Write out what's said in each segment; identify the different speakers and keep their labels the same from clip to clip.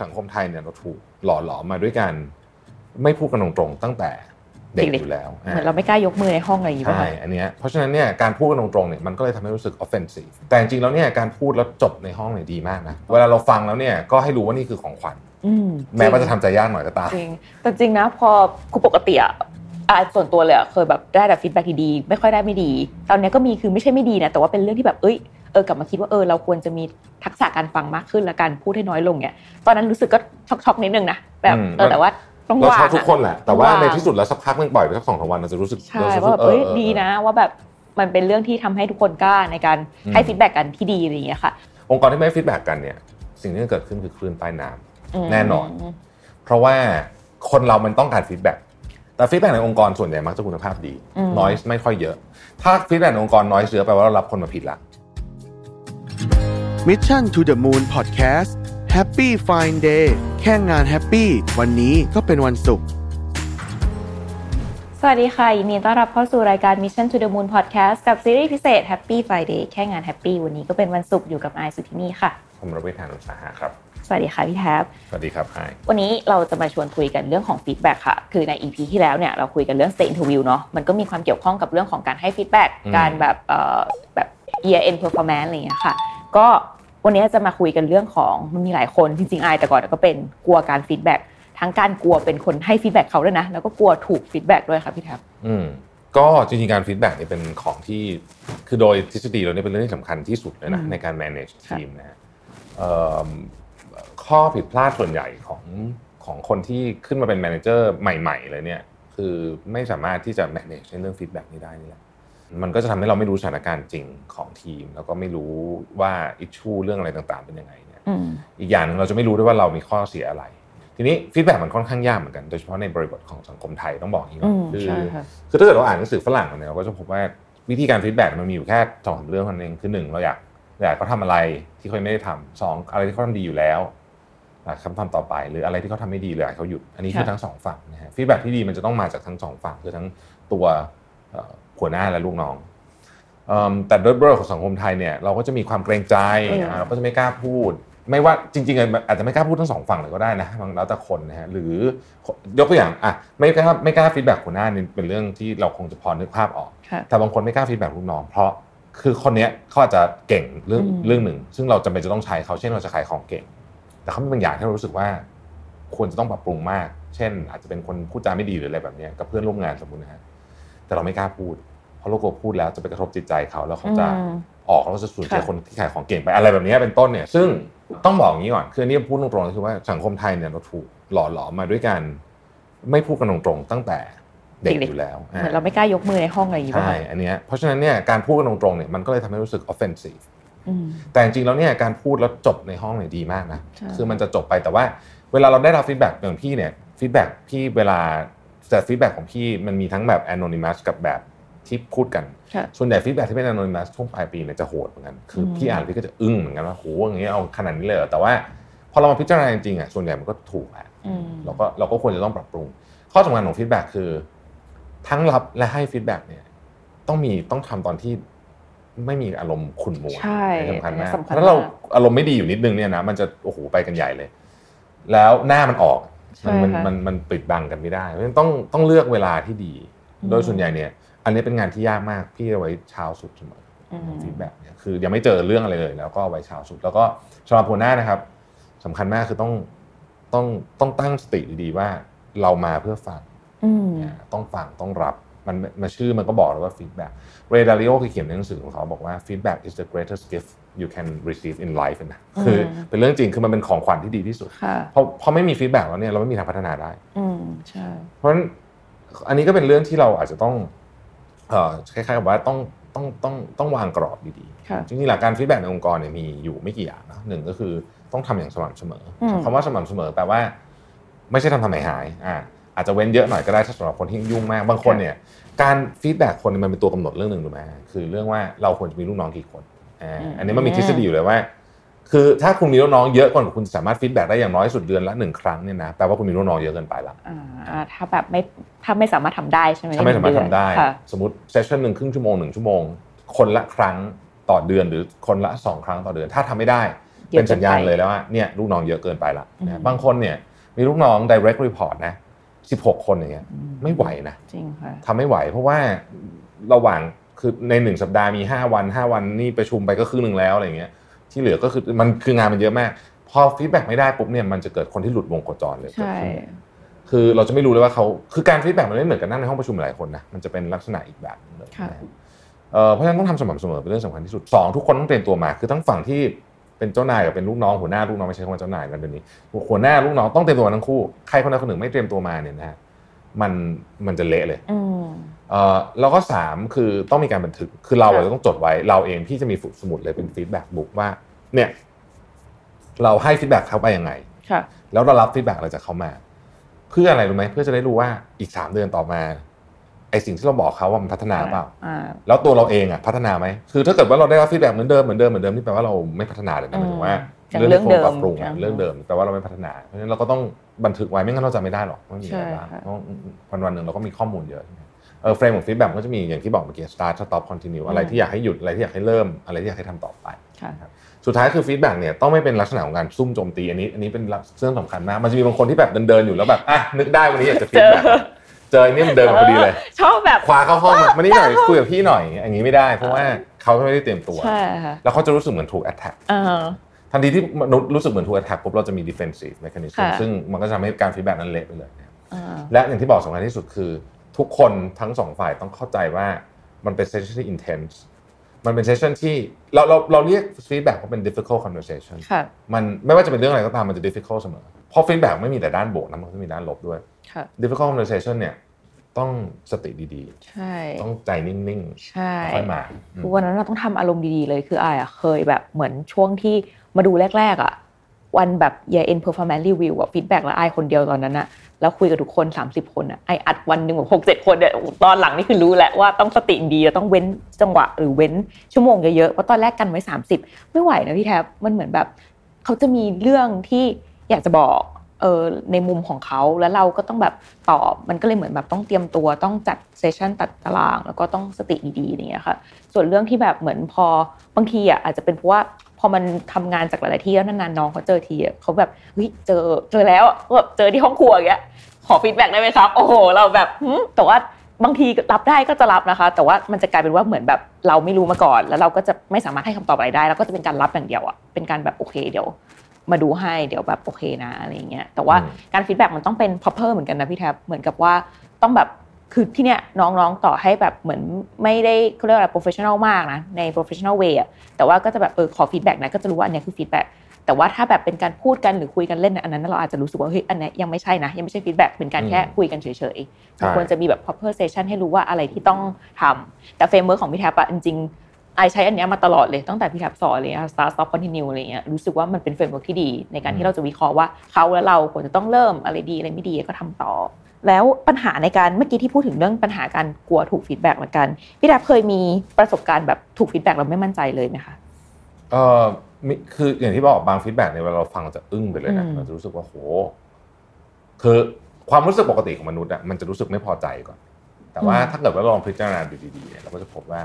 Speaker 1: สังคมไทยเนี่ยเราถูกหล่อหลอมมาด้วยการไม่พูดกันตรงๆตั้งแต่เด็ก
Speaker 2: เด็กๆ
Speaker 1: อยู่แล้ว
Speaker 2: เหมือนเราไม่กล้ายกมือในห้องอะไรอย่างงี้ป่ะ
Speaker 1: ใช่อันเนี้ยเพราะฉะนั้นเนี่ยการพูดกันตรงๆเนี่ยมันก็เลยทำให้รู้สึก offensive แต่จริงๆแล้วเนี่ยการพูดแล้วจบในห้องเนี่ยดีมากนะเวลาเราฟังแล้วเนี่ยก็ให้รู้ว่านี่คือของขวัญ
Speaker 2: อืม
Speaker 1: แม้ว่าจะทำใจยากหน่อยก็ตาม
Speaker 2: จริงแต่จริงนะพอคือปกติอะอ่ะส่วนตัวเลยอะเคยแบบได้แต่ฟีดแบ็กดีๆไม่ค่อยได้ไม่ดี ตอนเนี้ยก็มีคือไม่ใช่ไม่ดีนะแต่ว่าเป็นเรื่องที่แบบเอ้ยเออกลับมาคิดว่าเออเราควรจะมีทักษะการฟังมากขึ้นและการพูดให้น้อยลงเนี่ยตอนนั้นรู้สึกก็ช็อกๆนิดนึงนะแบบ
Speaker 1: อืม
Speaker 2: เออแต่ว่าต้อง
Speaker 1: เรา
Speaker 2: วาง
Speaker 1: ชอบ
Speaker 2: อะ
Speaker 1: ทุกคนแหละแต่ว่า
Speaker 2: ว่า
Speaker 1: ในที่สุดแล้วสักพักนึงปล่อยไปสักสองสามวันเราจะรู้สึก
Speaker 2: ใช่
Speaker 1: เราจะรู้
Speaker 2: ว่า
Speaker 1: สึก
Speaker 2: แบบเอ้ย
Speaker 1: ออออ
Speaker 2: ดีนะว่าแบบมันเป็นเรื่องที่ทำให้ทุกคนกล้าในการ
Speaker 1: อืม
Speaker 2: ให้ฟีดแบ็กกันที่ดีอะไรอย่างเงี้ยค่ะ
Speaker 1: องค์กรที่ไม่ฟีดแบ็กกันเนี่ยสิ่งที่จะเกิดขึ้นคือคลื่นใต้น้ำ
Speaker 2: ม
Speaker 1: แน่นอน เพราะว่าคนเรามันต้องการฟีดแบ็กแต่ฟีดแบ็กในองค์กรส่วนใหญ่มักจะคุณภาพดี
Speaker 2: อืม
Speaker 1: น้อยไม่ค่อยเยอะ ถ้าฟีดแบ็กในองค์กรน้อยเยอะแปลว่าเรารับคนมาผิดละ
Speaker 3: Mission to the Moon Podcast Happy Fine Day แค่งานแฮปปี้วันนี้ก็เป็นวันศุกร์
Speaker 2: สวัสดีค่ะยินดีต้อนรับเข้าสู่รายการ Mission to the Moon Podcast กับซีรีส์พิเศษ Happy Friday แค่งาน Happy วันนี้ก็เป็นวันศุกร์อยู่กับไอายสุทธินีค่ะ
Speaker 1: ผมรับวิธานอุตสาหะครับ
Speaker 2: สวัสดีค่ะพี่แทบ
Speaker 1: สวัสดีครับไอาย
Speaker 2: วันนี้เราจะมาชวนคุยกันเรื่องของฟีดแบ็กค่ะ คือใน EP ที่แล้วเนี่ยเราคุยกันเรื่อง state interview เนาะ มันก็มีความเกี่ยวข้องกับเรื่องของการให้ฟีดแบ็กการแบบเอ่อแบบ year end performance อะไรอย่างเงี้ยค่ะ ก็วันนี้จะมาคุยกันเรื่องของมันมีหลายคนจริงๆอายแต่ก่อนก็เป็นกลัวการฟีดแบ็กทั้งการกลัวเป็นคนให้ฟีดแบ็กเขาด้วยนะ แล้วก็กลัวถูกฟีดแบ็กด้วยค่ะพี่แทบ
Speaker 1: อืมก็จริงๆการฟีดแบ็กนี่ยเป็นของที่คือโดยทฤษฎีเราเนี่ยเป็นเรื่องที่สำคัญที่สุดเลยนะ
Speaker 2: อืม
Speaker 1: ในการ manage
Speaker 2: ค่ะ
Speaker 1: ทีมนะฮะเอิ่มข้อผิดพลาดส่วนใหญ่ของของคนที่ขึ้นมาเป็น manager ใหม่ๆเลยเนี่ย คือไม่สามารถที่จะ manage ในเรื่องฟีดแบ็กนี้ได้นี่แหละ มันก็จะทำให้เราไม่รู้สถานการณ์จริงของทีม แล้วก็ไม่รู้ว่าอิชชูเรื่องอะไรต่างๆเป็นยังไงเนี่ย
Speaker 2: อืม
Speaker 1: อีกอย่างหนึ่งเราจะไม่รู้ด้วยว่าเรามีข้อเสียอะไร ทีนี้ฟีดแบ็กมันค่อนข้างยากเหมือนกันโดยเฉพาะในบริบทของสังคมไทยต้องบอกอย่างนี้ก่อน
Speaker 2: อืม
Speaker 1: คือ
Speaker 2: ใช่ค่ะ
Speaker 1: คือถ้าเกิดเราอ่านหนังสือฝรั่งเนี่ยเราก็จะพบว่าวิธีการฟีดแบ็กมันมีอยู่แค่สองสามเรื่องเท่านั้นเองคือหนึ่งเราอยากอยากเขาทำอะไรที่เขาไม่ได้ทำสองอะไรที่เขาทำดีอยู่แล้วอยากคำทำต่อไป หรืออะไรที่เขาทำไม่ดีเลยอยากให้เขาหยุดอันนี้คือ
Speaker 2: ค่ะ
Speaker 1: ทั้งสองฝั่งนะฮะฟีดแบ็กที่ดีมันจะต้องมาจากทั้งสองฝั่งคือทั้งตัวเอ่อหัวหน้าและลูกน้อง เอิ่มแต่ด้วยบริบทของสังคมไทยเนี่ยเราก็จะมีความเกรงใจ
Speaker 2: เอออ่
Speaker 1: าเราก็จะไม่กล้าพูด ไม่ว่าจริงๆอ่ะอาจจะไม่กล้าพูดทั้งสองฝั่งเลยก็ได้นะมันแล้วแต่คนนะฮะหรือยกตัวอย่างอ่ะไม่กล้าไม่กล้าฟีดแบ็กหัวหน้านี่เป็นเรื่องที่เราคงจะพอนึกภาพออก
Speaker 2: ค่ะ
Speaker 1: แต่บางคนไม่กล้าฟีดแบ็กลูกน้องเพราะคือคนเนี้ยเขาอาจจะเก่งเรื่อง
Speaker 2: อืม
Speaker 1: เรื่องหนึ่ง ซึ่งเราจำเป็นจะต้องใช้เขาเช่นเราจะขายของเก่ง แต่เขามีบางอย่างที่เรารู้สึกว่า ควรจะต้องปรับปรุงมาก เช่น อาจจะเป็นคนพูดจาไม่ดีหรืออะไรแบบเนี้ยกับเพื่อนร่วมงานสมมุตินะฮะแต่เราไม่กล้าพูด เพราะเรากลัวพูดแล้วจะไปกระทบจิตใจเขาแล้วเขาจะ
Speaker 2: อืม
Speaker 1: ออกแล้วจะสูญเสีย
Speaker 2: ค่ะ
Speaker 1: คนที่ขายของเก่งไปอะไรแบบนี้เป็นต้นเนี่ยซึ่งต้องบอกอย่างนี้ก่อนคืออนนี่พูดตรงๆเลยคือว่าสังคมไทยเนี่ยเราถูกหล่อหลอมมาด้วยการไม่พูดกันตรงๆตั้งแต่เด็กอยู่แล้ว
Speaker 2: เหมือนเราไม่กล้ายกมือในห้องอะไรอย่างงี้ป่ะ
Speaker 1: ใช่อันเนี้ยเพราะฉะนั้นเนี่ยการพูดกันตรงๆเนี่ยมันก็เลยทำให้รู้สึก offensive
Speaker 2: อืม
Speaker 1: แต่จริงๆแล้วเนี่ยการพูดแล้วจบในห้องเนี่ยดีมากนะ
Speaker 2: ใช่
Speaker 1: คือมันจะจบไปแต่ว่า เวลาเราได้รับฟีดแบ็กอย่างพี่เนี่ยฟีดแบ็กพี่เวลาแต่ฟีดแบ็กของพี่มันมีทั้งแบบ anonymous กับแบบที่พูดกัน
Speaker 2: ค่ะ
Speaker 1: ส่วนใหญ่ฟีดแบ็กที่เป็น anonymous ช่วงปลายปีเนี่ยจะโหดเหมือนกัน คืออ
Speaker 2: ม
Speaker 1: พี่อ่านพี่ก็จะอึ้งเหมือนกันว่าโหอย่างเงี้ยเอาขนาดนี้เลยเหรอแต่ว่าพอเรามาพิจารณาจริงๆอ่ะส่วนใหญ่มันก็ถูกแหละ
Speaker 2: อืม
Speaker 1: เราก็เราก็ควรจะต้องปรับปรุง ข้อสำคัญของฟีดแบ็กคือ ทั้งรับและให้ฟีดแบ็กเนี่ยต้องมีต้องทำตอนที่ไม่มีอารมณ์ขุ่นมัว
Speaker 2: ใช่
Speaker 1: อันนี้สำคัญมาก
Speaker 2: อันนี้สำคัญ
Speaker 1: ถ้าเรา
Speaker 2: มาก
Speaker 1: อารมณ์ไม่ดีอยู่นิดนึงเนี่ยนะมันจะโอ้โหไปกันใหญ่เลย แล้วหน้ามันออกมันมัน
Speaker 2: ใช่ค่ะ
Speaker 1: มันมันปิดบังกันไม่ได้เพราะฉะนั้นต้องต้องเลือกเวลาที่ดี
Speaker 2: อืม
Speaker 1: โดยส่วนใหญ่เนี่ย อันนี้เป็นงานที่ยากมากพี่เอาไว้เช้าสุดเสมอ
Speaker 2: อืม
Speaker 1: ฟีดแบ็กเนี่ยคือยังไม่เจอเรื่องอะไรเลย แล้วก็เอาไว้เช้าสุด แล้วก็สำหรับหัวหน้านะครับสำคัญมากคือต้องต้องต้องตั้งสติดีๆว่าเรามาเพื่อฟัง
Speaker 2: อืม
Speaker 1: นะต้องฟังต้องรับมันมาชื่อมันก็บอกแล้วว่าฟีดแบ็กเรดาริโอเคยเขียนในหนังสือของเขาบอกว่า feedback is the greatest gift you can receive in life นะคืออ
Speaker 2: ม
Speaker 1: เป็นเรื่องจริงคือมันเป็นของขวัญที่ดีที่สุด
Speaker 2: ค่ะ
Speaker 1: เพราะเพราะไม่มีฟีดแบ็กแล้วเนี่ยเราไม่มีทางพัฒนาได้
Speaker 2: อืม ใช่
Speaker 1: เพราะฉะนั้นอันนี้ก็เป็นเรื่องที่เราอาจจะต้องเอ่อคล้ายๆกับว่าต้องต้องต้องต้องวางกรอบดี
Speaker 2: ค่ะ
Speaker 1: ๆจริงๆหลักการฟีดแบ็กในองค์กรเนี่ยมีอยู่ไม่กี่อย่างนะหนึ่งก็คือต้องทำอย่างสม่ำเสมออ
Speaker 2: ม
Speaker 1: คำว่าสม่ำเสมอแปลว่า ไม่ใช่ทำทำหายหายอ่าอาจจะเว้นเยอะหน่อยก็ได้ถ้าสำหรับคนที่ยุ่งมากบางคนเนี่ยการฟีดแบ็กคนเนี่ยมันเป็นตัวกำหนดเรื่องหนึ่งถูกไหมคือเรื่องว่าเราควรจะมีลูกน้องกี่คนอ่าอันนี้มันมีทฤษฎีอยู่เลยว่า คือถ้าคุณมีลูกน้องเยอะกว่าคุณสามารถฟีดแบ็กได้อย่างน้อยสุดเดือนละหนึ่งครั้งเนี่ยนะแปลว่าคุณมีลูกน้องเยอะเกินไปละ
Speaker 2: อ่าถ้าแบบไม่ถ้าไม่สามารถทำได้ใช่ไหม
Speaker 1: ถ้าไม่สามารถ
Speaker 2: ในห
Speaker 1: ทำ
Speaker 2: นึ่งเอน
Speaker 1: ได้
Speaker 2: ค่ะ
Speaker 1: สมมติเซสชันหนึ่งครึ่งชั่วโมงหนึ่งชั่วโมง คนละครั้งต่อเดือนหรือคนละสองครั้งต่อเดือน ถ้าทำไม่ได้
Speaker 2: ยอะ
Speaker 1: เป็นสัญญาณ
Speaker 2: กิไป
Speaker 1: เลยแล้วว่าเนี่ยลูกน้องเยอะเกินไปละ
Speaker 2: อืม
Speaker 1: นะบางคนเนี่ยมีลูกน้อง direct report นะ 16 คนอย่างเงี้ย
Speaker 2: อื
Speaker 1: ไม่ไหวนะ
Speaker 2: จริงค่ะ
Speaker 1: ทำไม่ไหวเพราะว่าระหว่างคือในหนึ่งสัปดาห์มี 5 วัน 5 วันนี่ประชุมไปก็ครึ่งหนึ่งแล้วอะไรอย่างเงี้ยที่เหลือก็คือมันคืองานมันเยอะมาก พอฟีดแบ็กไม่ได้ปุ๊บเนี่ยมันจะเกิดคนที่หลุดวงโคจรเลยเกิด
Speaker 2: ใช่
Speaker 1: ขึ้นคือเราจะไม่รู้เลยว่าเขาคือการฟีดแบ็กมันไม่เหมือนกันนั่งในห้องประชุมหลายคนนะมันจะเป็นลักษณะอีกแบบหนึงเลย
Speaker 2: ค่ะ
Speaker 1: นะเอ่อเพราะฉะนั้นต้องทำสม่ำเสมอเป็นเรื่องสำคัญที่สุดสองทุกคนต้องเตรียมตัวมาคือทั้งฝั่งที่เป็นเจ้านายกับเป็นลูกน้องหัวหน้าลูกน้องไม่ใช่คำว่าเจ้านายนะเดี๋ยวนี้หัวหน้าลูกน้องต้องเตรียมตัวมาทั้งคู่ใครคนใดคนหนึ่งไม่เตรียมตัวมาเนี่ยนะฮะมันมันจะเละเลย
Speaker 2: อืม
Speaker 1: เอ่อแล้วก็สามคือต้องมีการบันทึกคือเราอะ
Speaker 2: ค่ะ
Speaker 1: จะต้องจดไว้เราเองพี่จะมีสมุดเลยเป็นฟีดแบ็กบุ๊กว่าเนี่ยเราให้ฟีดแบ็กเขาไปยังไง
Speaker 2: ค่ะ
Speaker 1: แล้วเรารับฟีดแบ็กอะไรจากเขามา เพื่ออะไรรู้ไหมเพื่อจะได้รู้ว่าอีกสามเดือนต่อมาไอสิ่งที่เราบอกเขาว่ามันพัฒนาเปล่า
Speaker 2: อ่า
Speaker 1: แล้วตัวเราเองอ่ะพัฒนาไหมคือถ้าเกิดว่าเราได้รับฟีดแบ็กเหมือนเดิมเหมือนเดิมเหมือนเดิมนี่แปลว่าเราไม่พัฒนาเลยนะหมายถึงว่า
Speaker 2: อืม
Speaker 1: ที่ขาปรับปรุง
Speaker 2: ยั
Speaker 1: อะ
Speaker 2: งเรื่องเดิม
Speaker 1: เรื่องเดิมแปลว่าเราไม่พัฒนาเพราะฉะนั้นเราก็ต้องบันทึกไว้ไม่งั้นเราจะไม่ได้หรอกว่ามีอะไรบ้าง
Speaker 2: ใช่ค่ะ
Speaker 1: เพราะวันวันๆหนึ่งเราก็มีข้อมูลเยอะใช่ไหมเออเฟรมของฟีดแบ็กก็จะมีอย่างที่บอกเมื่อกี้ start stop continue อะไรที่อยากให้หยุดอะไรที่อยากให้เริ่มอะไรที่อยากให้ทำต่อไป
Speaker 2: ค่ะ
Speaker 1: สุดท้ายคือฟีดแบ็กเนี่ยต้องไม่เป็นลักษณะของการซุ่มโจมตีอันนี้ อันนี้เป็นเรื่องสำคัญมากมันจะมีบางคนที่แบบเดินๆอยู่แล้วแบบอ่ะนึกได้วันนี้อยากจะฟีดแบ็ก
Speaker 2: เจอ
Speaker 1: เจอไอเนี่ยมันเดินมาพอดีเลย
Speaker 2: ชอบแบบ
Speaker 1: คว้าเข้าห้องมามานี่หน่อยคุยกับพี่หน่อยอย่างนี้ไม่ได้ เพราะว่าเขาไม่ได้เตรียมตัว
Speaker 2: ใช่ค่ะ
Speaker 1: แล้วเขาจะรู้สึกเหมือนถูกแอ t แทก
Speaker 2: เออ
Speaker 1: ทันทีที่มนุษย์รู้สึกเหมือนถูกแอ t แทกปุ๊บเราจะมี defensive mechanism
Speaker 2: ค่ะ
Speaker 1: ซึ่งมันก็จะทำให้การฟีดแบ็กนั้นเละไปเลยนะครับ
Speaker 2: เออ
Speaker 1: และอย่างที่บอกสำคัญที่สุดคือ ทุกคนทั้งสองฝ่ายต้องเข้าใจว่ามันเป็น session ที่ intense มันเป็นเซสชันที่เราเราเราเรียกฟีดแบ็กว่าเป็น difficult conversation
Speaker 2: ค่ะ
Speaker 1: มันไม่ว่าจะเป็นเรื่องอะไรก็ตามมันจะ difficult เสมอเพราะฟีดแบ็กไม่มีแต่ด้านบวกนะมันก็มีด้านลบด้วย
Speaker 2: ค่ะ
Speaker 1: difficult conversation เนี่ยต้องสติดี
Speaker 2: ใช่
Speaker 1: ๆ ต้องใจนิ่งๆ
Speaker 2: ใช่
Speaker 1: ค่อยมาอืม
Speaker 2: คือวันนั้นเราต้องทำอารมณ์ดีๆเลยคืออายอะเคยแบบเหมือนช่วงที่มาดูแรก ๆ อ่ะ วันแบบ year end performance review อะ feedback แล้วอายคนเดียวตอนนั้นอะแล้วคุยกับทุกคน 30 คนอะไออัดวันหนึ่งแบบหกเจ็ดคนเนี่ยโอ้โหตอนหลังนี่คือรู้แล้วว่าต้องสติดีแล้วต้องเว้นจังหวะหรือเว้นชั่วโมงเยอะๆเพราะตอนแรกกันไว้ 30 ไม่ไหวนะพี่แทบมันเหมือนแบบ เขาจะมีเรื่องที่อยากจะบอกเออในมุมของเขาแล้วเราก็ต้องแบบตอบมันก็เลยเหมือนแบบต้องเตรียมตัวต้องจัดเซสชันตัดตาราง แล้วก็ต้องสติดีๆอย่างเงี้ยค่ะ ส่วนเรื่องที่แบบเหมือนพอบางทีอ่ะอาจจะเป็นเพราะว่าพอมันทำงานจากหลายๆที่แล้วนานๆน้องเขาเจอทีอ่ะเขาแบบเฮ้ยเจอเจอแล้วอ่ะก็แบบเจอที่ห้องครัวอย่างเงี้ยขอฟีดแบ็กได้ไหมครับ โอ้โห เราแบบหึแต่ว่าบางทีรับได้ก็จะรับนะคะ แต่ว่ามันจะกลายเป็นว่าเหมือนแบบเราไม่รู้มาก่อน แล้วเราก็จะไม่สามารถให้คำตอบอะไรได้แล้วก็จะเป็นการรับอย่างเดียวอ่ะเป็นการแบบโอเคเดี๋ยว มาดูให้เดี๋ยวแบบโอเคนะอะไรอย่างเงี้ยแต่ว่า
Speaker 1: อืม
Speaker 2: การฟีดแบ็กมันต้องเป็น proper เหมือนกันนะพี่แท็บเหมือนกับว่าต้องแบบคือที่เนี้ยน้องๆต่อให้แบบเหมือนไม่ได้เขาเรียกว่าอะไร professional มากนะใน professional way อะแต่ว่าก็จะแบบเออขอฟีดแบ็กนะก็จะรู้ว่าอันเนี้ยคือฟีดแบ็กแต่ว่าถ้าแบบเป็นการพูดกันหรือคุยกันเล่นนะอันนั้นเราอาจจะรู้สึกว่าเฮ้ยอันเนี้ยยังไม่ใช่นะ ยังไม่ใช่ฟีดแบ็กเป็นการแค่
Speaker 1: อืม
Speaker 2: คุยกันเฉยๆมัน
Speaker 1: ใช่
Speaker 2: ควรจะมีแบบ proper session ให้รู้ว่าอะไรที่ต้องทำแต่เฟรมเวิร์ของพี่แท็บอะจริงๆ ไอใช้อันเนี้ยมาตลอดเลยตั้งแต่พี่แท็บสอนเลยค่ะ start stop continue อะไรเงี้ยรู้สึกว่ามันเป็นเฟรมเวิร์กที่ดี ในการ
Speaker 1: อื
Speaker 2: ที่
Speaker 1: ม
Speaker 2: เราจะวิเคราะห์ว่าเขาและเราควรจะต้องเริ่มอะไรดีอะไรไม่ดีก็ทำต่อ แล้วปัญหาในการเมื่อกี้ที่พูดถึงเรื่องปัญหาการกลัวถูกฟีดแบ็กเหมือนกัน พี่แท็บเคยมีประสบการณ์แบบถูกฟีดแบ็กเราไม่มั่นใจเลยไหมคะ
Speaker 1: เออมิคืออย่างที่บอกบางฟีดแบ็กเนี่ยเวลาเราฟังเราจะอึ้งไปเลยนะ
Speaker 2: อืม
Speaker 1: เราจะรู้สึกว่าโหคือความรู้สึกปกติของมนุษย์อะมันจะรู้สึกไม่พอใจก่อน แต่ว่าถ้าเกิดว่าลองพิจารณาดูดีๆเนี่ยเราก็จะพบว่า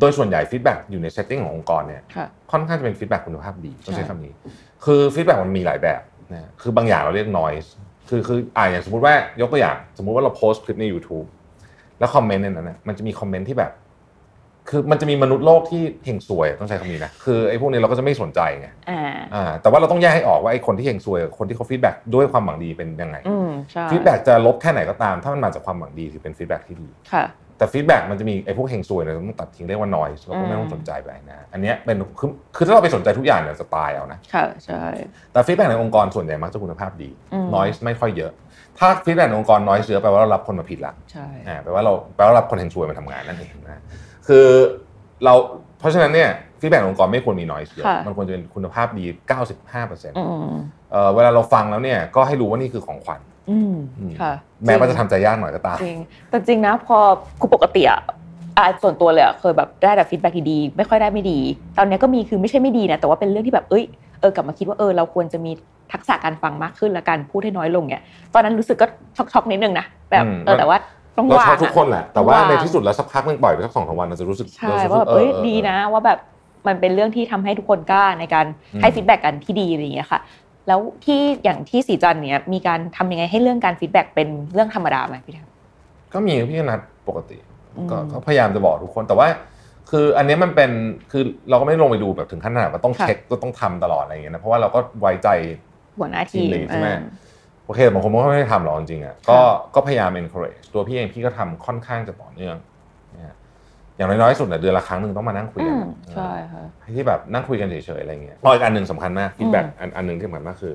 Speaker 1: โดยส่วนใหญ่ฟีดแบ็กอยู่ในเซตติ้งขององค์กรเนี่ย
Speaker 2: ค่ะ
Speaker 1: ค่อนข้างจะเป็นฟีดแบ็กคุณภาพดีต้องใช้
Speaker 2: ใช่
Speaker 1: คำนี้ คือฟีดแบ็กมันมีหลายแบบนะคือบางอย่างเราเรียก noise คือคืออ่าอย่างสมมติว่ายกตัวอย่าง สมมุติว่าเราโพสต์คลิปใน YouTube แล้วคอมเมนต์ในนั้นนะมันจะมีคอมเมนต์ที่แบบ คือมันจะมีมนุษย์โลกที่เฮงซวยต้องใช้คำนี้นะคือไอ้พวกนี้เราก็จะไม่สนใจไง
Speaker 2: อ่า
Speaker 1: อ่าแต่ว่าเราต้องแยกให้ออกว่าไอ้คนที่เฮงซวยกับคนที่เขาฟีดแบ็กด้วยความหวังดีเป็นยังไง
Speaker 2: อืมใช่
Speaker 1: ฟีดแบ็กจะลบแค่ไหนก็ตาม ถ้ามันมาจากความหวังดีถือเป็นฟีดแบ็กที่ดี
Speaker 2: ค่ะ
Speaker 1: แต่ฟีดแบ็กมันจะมีไอ้พวกเฮงซวยเนี่ยเราต้องตัดทิ้งเรียกว่า noise เราก็ไม่ต้องสนใจไปนะอันเนี้ยเป็นคือคือถ้าเราไปสนใจทุกอย่างเนี่ยจะตายเอานะ
Speaker 2: ค่ะใช่
Speaker 1: แต่ฟีดแบ็กในองค์กรส่วนใหญ่มักจะคุณภาพดี
Speaker 2: ม
Speaker 1: noise ไม่ค่อยเยอะ ถ้าฟีดแบ็กในองค์กร noise เยอะแปลว่าเรารับคนมาผิดละ
Speaker 2: ใช่
Speaker 1: อ่าแปลว่าเราแปลว่ารับคนเฮงซวยมาทำงานนั่นเองนะคือเราเพราะฉะนั้นเนี่ยฟีดแบ็กองค์กรไม่ควรมี noise เยอะ
Speaker 2: ค่ะ
Speaker 1: มันควรจะเป็นคุณภาพดี 95%เ
Speaker 2: อืม
Speaker 1: อ่อเวลาเราฟังแล้วเนี่ยก็ให้รู้ว่านี่คือของขวัญ
Speaker 2: อืม
Speaker 1: อืม
Speaker 2: ค่ะ
Speaker 1: แม้ว่าจะทำใจยากหน่อยก็ตาม
Speaker 2: จริงแต่จริงนะพอคือปกติอะอ่ะส่วนตัวเลยอะเคยแบบได้แต่ฟีดแบ็กดีๆไม่ค่อยได้ไม่ดี ตอนเนี้ยก็มีคือไม่ใช่ไม่ดีนะแต่ว่าเป็นเรื่องที่แบบเอ้ยเออกลับมาคิดว่าเออเราควรจะมีทักษะการฟังมากขึ้นและการพูดให้น้อยลงเนี่ยตอนนั้นรู้สึกก็ช็อกๆนิดนึงนะแบบ
Speaker 1: อืม
Speaker 2: เออแต่ว่าต้อง
Speaker 1: เรา
Speaker 2: วาง
Speaker 1: ชอบทุก
Speaker 2: อะ
Speaker 1: คนแหละแต่ว่า
Speaker 2: ว่าง
Speaker 1: ในที่สุดแล้วสักพักหนึงปล่อยไปสักสองสามวันเราจะรู้สึก
Speaker 2: ใช่
Speaker 1: เราจะรู้
Speaker 2: ว่า
Speaker 1: สึ
Speaker 2: แบ
Speaker 1: ก
Speaker 2: บเอ้
Speaker 1: อ
Speaker 2: ย
Speaker 1: อออ
Speaker 2: ดีนะว่าแบบ มันเป็นเรื่องที่ทำให้ทุกคนกล้าในการ
Speaker 1: อืม
Speaker 2: ให้ฟีดแบ็กกันที่ดีอะไรอย่างเงี้ยค่ะ แล้วที่อย่างที่สีจันเนี่ยมีการทำยังไงให้เรื่องการฟีดแบ็กเป็นเรื่องธรรมดาไหมพี่แทบ
Speaker 1: ก็มีพี่นัดปกติ
Speaker 2: อืม
Speaker 1: ก็ก็พยายามจะบอกทุกคนแต่ว่า คืออันเนี้ยมันเป็นคือเราก็ไม่ได้ลงไปดูแบบถึงขั้นขนาดว่าต้อง
Speaker 2: ค่ะ
Speaker 1: เช็คต้องทำตลอดอะไรอย่างเงี้ยนะเพราะว่าเราก็ไว้ใจ
Speaker 2: หัวหน้า
Speaker 1: ที
Speaker 2: ที
Speaker 1: ม
Speaker 2: ม
Speaker 1: ลีดใช่ไหม
Speaker 2: เออ
Speaker 1: โอเคบางคนก็ไม่ได้ทำหรอกจริงๆอ่ะก็ก็พยายาม encourage ตัวพี่เองพี่ก็ทำค่อนข้างจะต่อเนื่องนะฮะอย่างน้อยๆสุดเนี่ยเดือนละครั้งหนึ่งต้องมานั่งคุยกั
Speaker 2: อื
Speaker 1: น
Speaker 2: มใช่ค่ะ
Speaker 1: ให้ที่แบบนั่งคุยกันเฉยๆอะไรเงี้ยพออีกอันหนึ่งสำคัญมาก feedback
Speaker 2: อืม
Speaker 1: อันอันหนึ่งที่สำคัญมากคือ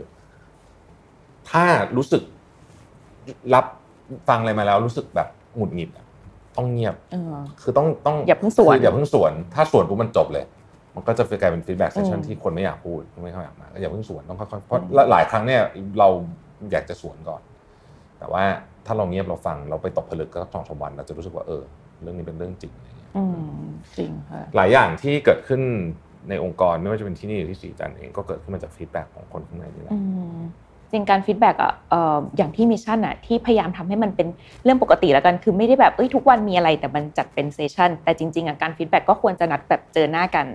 Speaker 1: ถ้ารู้สึกรับฟังอะไรมาแล้วรู้สึกแบบหงุดหงิดอะต้องเงียบ
Speaker 2: เออ
Speaker 1: คือต้องต้อง
Speaker 2: อย่าเพิ่งสวน
Speaker 1: คืออย่าเพิ่งสวน ถ้าสวนปุ๊บมันจบเลย มันก็จะกลายเป็นฟีดแบ็กเซสชั่น
Speaker 2: อืม
Speaker 1: ที่คนไม่อยากพูดไม่ค่อยอยากมาก็อย่าเพิ่งสวนต้องค่อยๆเพราะ
Speaker 2: อืม
Speaker 1: หลายครั้งเนี่ยเราอยากจะสวนก่อน แต่ว่าถ้าเราเงียบเราฟังเราไปตกผลึกก็สองสามวันเราจะรู้สึกว่าเออ เรื่องนี้เป็นเรื่องจริงอะไรเงี้ย
Speaker 2: อืมจริงค่ะ
Speaker 1: หลายอย่างที่เกิดขึ้นในองค์กรไม่ว่าจะเป็นที่นี่หรือที่สีจันทร์เองก็เกิดขึ้นมาจากฟีดแบ็กของคนข้างในนี่แหละ
Speaker 2: อืมจริงการฟีดแบ็กอ่ะเอ่ออย่างที่มิชชั่นอ่ะที่พยายามทำให้มันเป็นเรื่องปกติแล้วกัน คือไม่ได้แบบเอ้ยทุกวันมีอะไรแต่มันจัดเป็นเซสชันแต่จริงๆอ่ะการฟีดแบ็กก็ควรจะนัดแบบเจอหน้ากัน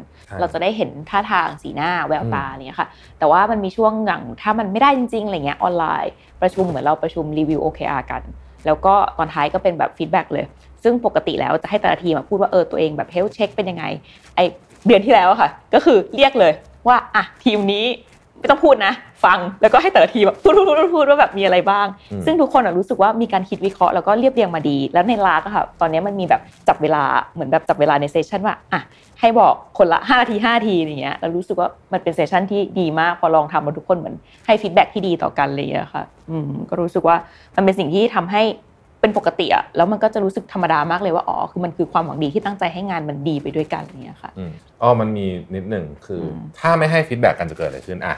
Speaker 2: เราจะได้เห็นท่าทางสีหน้าแววตาอะไรเงี้ยค่ะ แต่ว่ามันมีช่วงอย่างถ้ามันไม่ได้จริงๆอะไรเงี้ยออนไลน์ ประชุมเหมือนเราประชุมรีวิว OKR กัน แล้วก็ตอนท้ายก็เป็นแบบฟีดแบ็กเลย ซึ่งปกติแล้วจะให้แต่ละทีมาพูดว่าเออตัวเองแบบเฮลเช็คเป็นยังไง ไอเดือนที่แล้วอะค่ะ ก็คือเรียกเลยว่าอ่ะทีมนี้ไม่ต้องพูดนะ ฟังแล้วก็ให้แต่ละทีมแบบพูดพูดพูดพูดพูดว่าแบบมีอะไรบ้าง
Speaker 1: อืม
Speaker 2: ซึ่งทุกคนอะรู้สึกว่ามีการคิดวิเคราะห์แล้วก็เรียบเรียงมาดี แล้วในลากอะค่ะ ตอนนี้มันมีแบบจับเวลาเหมือนแบบจับเวลาในเซสชันว่าอ่ะ ให้บอกคนละ 5 นาที 5 นาทีอย่างเงี้ยเรารู้สึกว่ามันเป็นเซสชั่นที่ดีมาก พอลองทำมาทุกคนเหมือนให้ฟีดแบ็กที่ดีต่อกันเลยอะค่ะอืมก็รู้สึกว่ามันเป็นสิ่งที่ทำให้เป็นปกติอะแล้วมันก็จะรู้สึกธรรมดามากเลยว่าอ๋อคือมันคือความหวังดีที่ตั้งใจให้งานมันดีไปด้วยกันอย่างเงี้ยค่ะ
Speaker 1: อืมอ๋อมันมีนิดหนึ่งคืออ
Speaker 2: ม
Speaker 1: ถ้าไม่ให้ฟีดแบ็กกันจะเกิดอะไรขึ้นอ่ะ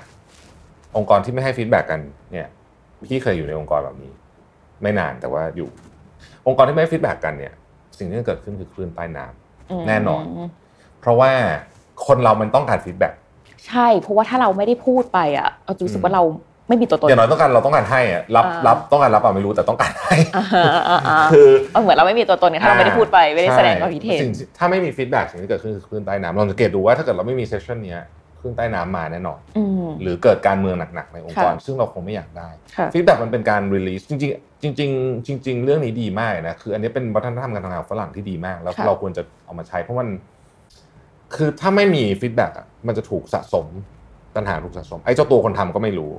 Speaker 1: องค์กรที่ไม่ให้ฟีดแบ็กกันเนี่ยพี่เคยอยู่ในองค์กรแบบนี้ ไม่นานแต่ว่าอยู่ องค์กรที่ไม่ให้ฟีดแบ็กกันเนี่ย สิ่งที่จะเกิดขึ้นคือคลื่นใต้น้ำ
Speaker 2: ม
Speaker 1: แน่นอน เพราะว่าคนเรามันต้องการฟีดแบ็ก
Speaker 2: ใช่ เพราะว่าถ้าเราไม่ได้พูดไปอะเราจะรู้สึกว่าเราไม่มีตัวตน
Speaker 1: อย่างน้อยต้องการเราต้องการให้อะรับ
Speaker 2: อ่ารั
Speaker 1: รับต้องการรับอะไม่รู้แต่ต้องการให้
Speaker 2: อ่าอ่าอ่า
Speaker 1: คือ
Speaker 2: เอาเหมือนเราไม่มีตัวตนเนี่ยถ้าเราไม่ได้พูดไปไม่ได้แสดงความคิดเห็น
Speaker 1: ใช่สิ่งที่ถ้าไม่มีฟีดแบ็กสิ่งที่เกิดขึ้นคือคลื่นใต้น้ำลองสังเกตดูว่าถ้าเกิดเราไม่มีเซสชันเนี้ยคลื่นใต้น้ำมาแน่นอน
Speaker 2: อืม
Speaker 1: หรือเกิดการเมืองหนักๆในองค์กร
Speaker 2: ค่ะ
Speaker 1: ซึ่งเราคงไม่อยากได้
Speaker 2: ค่ะ
Speaker 1: ฟีดแบ็กมันเป็นการรีลีสจริงๆจริงๆจริง ๆ เรื่องนี้ดีมากเลยนะคืออันนี้เป็นวัฒนธรรมการทำงานของฝรั่งที่ดีมาก แล้ว
Speaker 2: ค่ะ
Speaker 1: เราควรจะเอามาใช้เพราะมัน คือถ้าไม่มีฟีดแบ็กอ่ะมันจะถูกสะสมปัญหาถูกสะสม ไอ้เจ้าตัวคนทำก็ไม่รู้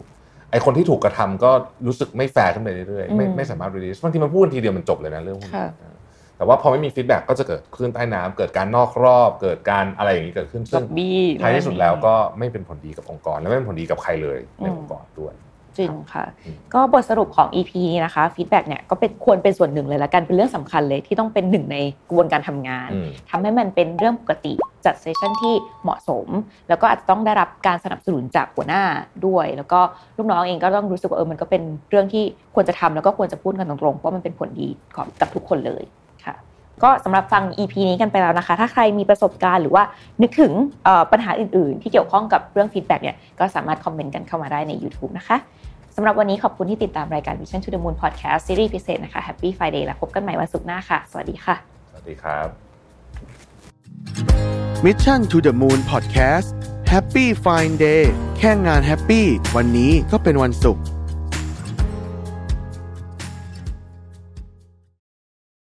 Speaker 1: ไอ้คนที่ถูกกระทำก็รู้สึกไม่แฟร์ขึ้นไปเรื่อยๆไม่
Speaker 2: อืม
Speaker 1: ไม่สามารถรีลีสบางทีมันพูดทีเดียวมันจบเลยนะเรื่องพวกนี้
Speaker 2: ค่ะ
Speaker 1: แต่ว่าพอไม่มีฟีดแบ็กก็จะเกิดคลื่นใต้น้ำเกิดการนอกรอบ เกิดการอะไรอย่างนี้เกิดขึ้น
Speaker 2: ด
Speaker 1: ซึ่
Speaker 2: อง กเบี้ย
Speaker 1: ท้ายที่สุดแล้วก็ไม่เป็นผลดีกับองค์กร และไม่เป็นผลดีกับใครเลยใน
Speaker 2: อืม
Speaker 1: องค์กรด้วย
Speaker 2: จริงค่ะ
Speaker 1: อืม
Speaker 2: ก็บทสรุปของ EP นี้นะคะฟีดแบ็เนี่ยก็เป็นควรเป็นส่วนหนึ่งเลยละกันเป็นเรื่องสำคัญเลยที่ต้องเป็นหนึ่งในกระบวนการทำงาน
Speaker 1: อืม
Speaker 2: ทำให้มันเป็นเรื่องปกติจัดเซสชั่นที่เหมาะสม แล้วก็อาจจะต้องได้รับการสนับสนุนจากหัวหน้าด้วย แล้วก็ลูกน้องเองก็ต้องรู้สึกว่าเออมันก็เป็นเรื่องที่ควรจะทำแล้วก็ควรจะพูดกันตรงๆเพราะมันเป็นผลดีของกับทุกคนเลยค่ะ ก็สำหรับฟัง EP นี้กันไปแล้วนะคะ ถ้าใครมีประสบการณ์หรือว่านึกถึงเอ่อปัญหาอื่นๆ ที่เกี่ยวข้องกับเรื่องฟีดแบ็เนี่ยก็สามารถคอมเมนต์กันเข้ามาได้ใน YouTube นะคะ สำหรับวันนี้ขอบคุณที่ติดตามรายการ Mission to the Moon Podcast ซีรีส์พิเศษนะคะ Happy Friday แล้วพบกันใหม่วันศุกร์หน้าค่ะ สวัสดีค่ะ
Speaker 1: สวัสดีครับ
Speaker 3: Mission to the Moon Podcast Happy Fine Day แค่งานแฮปปี้วันนี้ก็เป็นวันศุกร์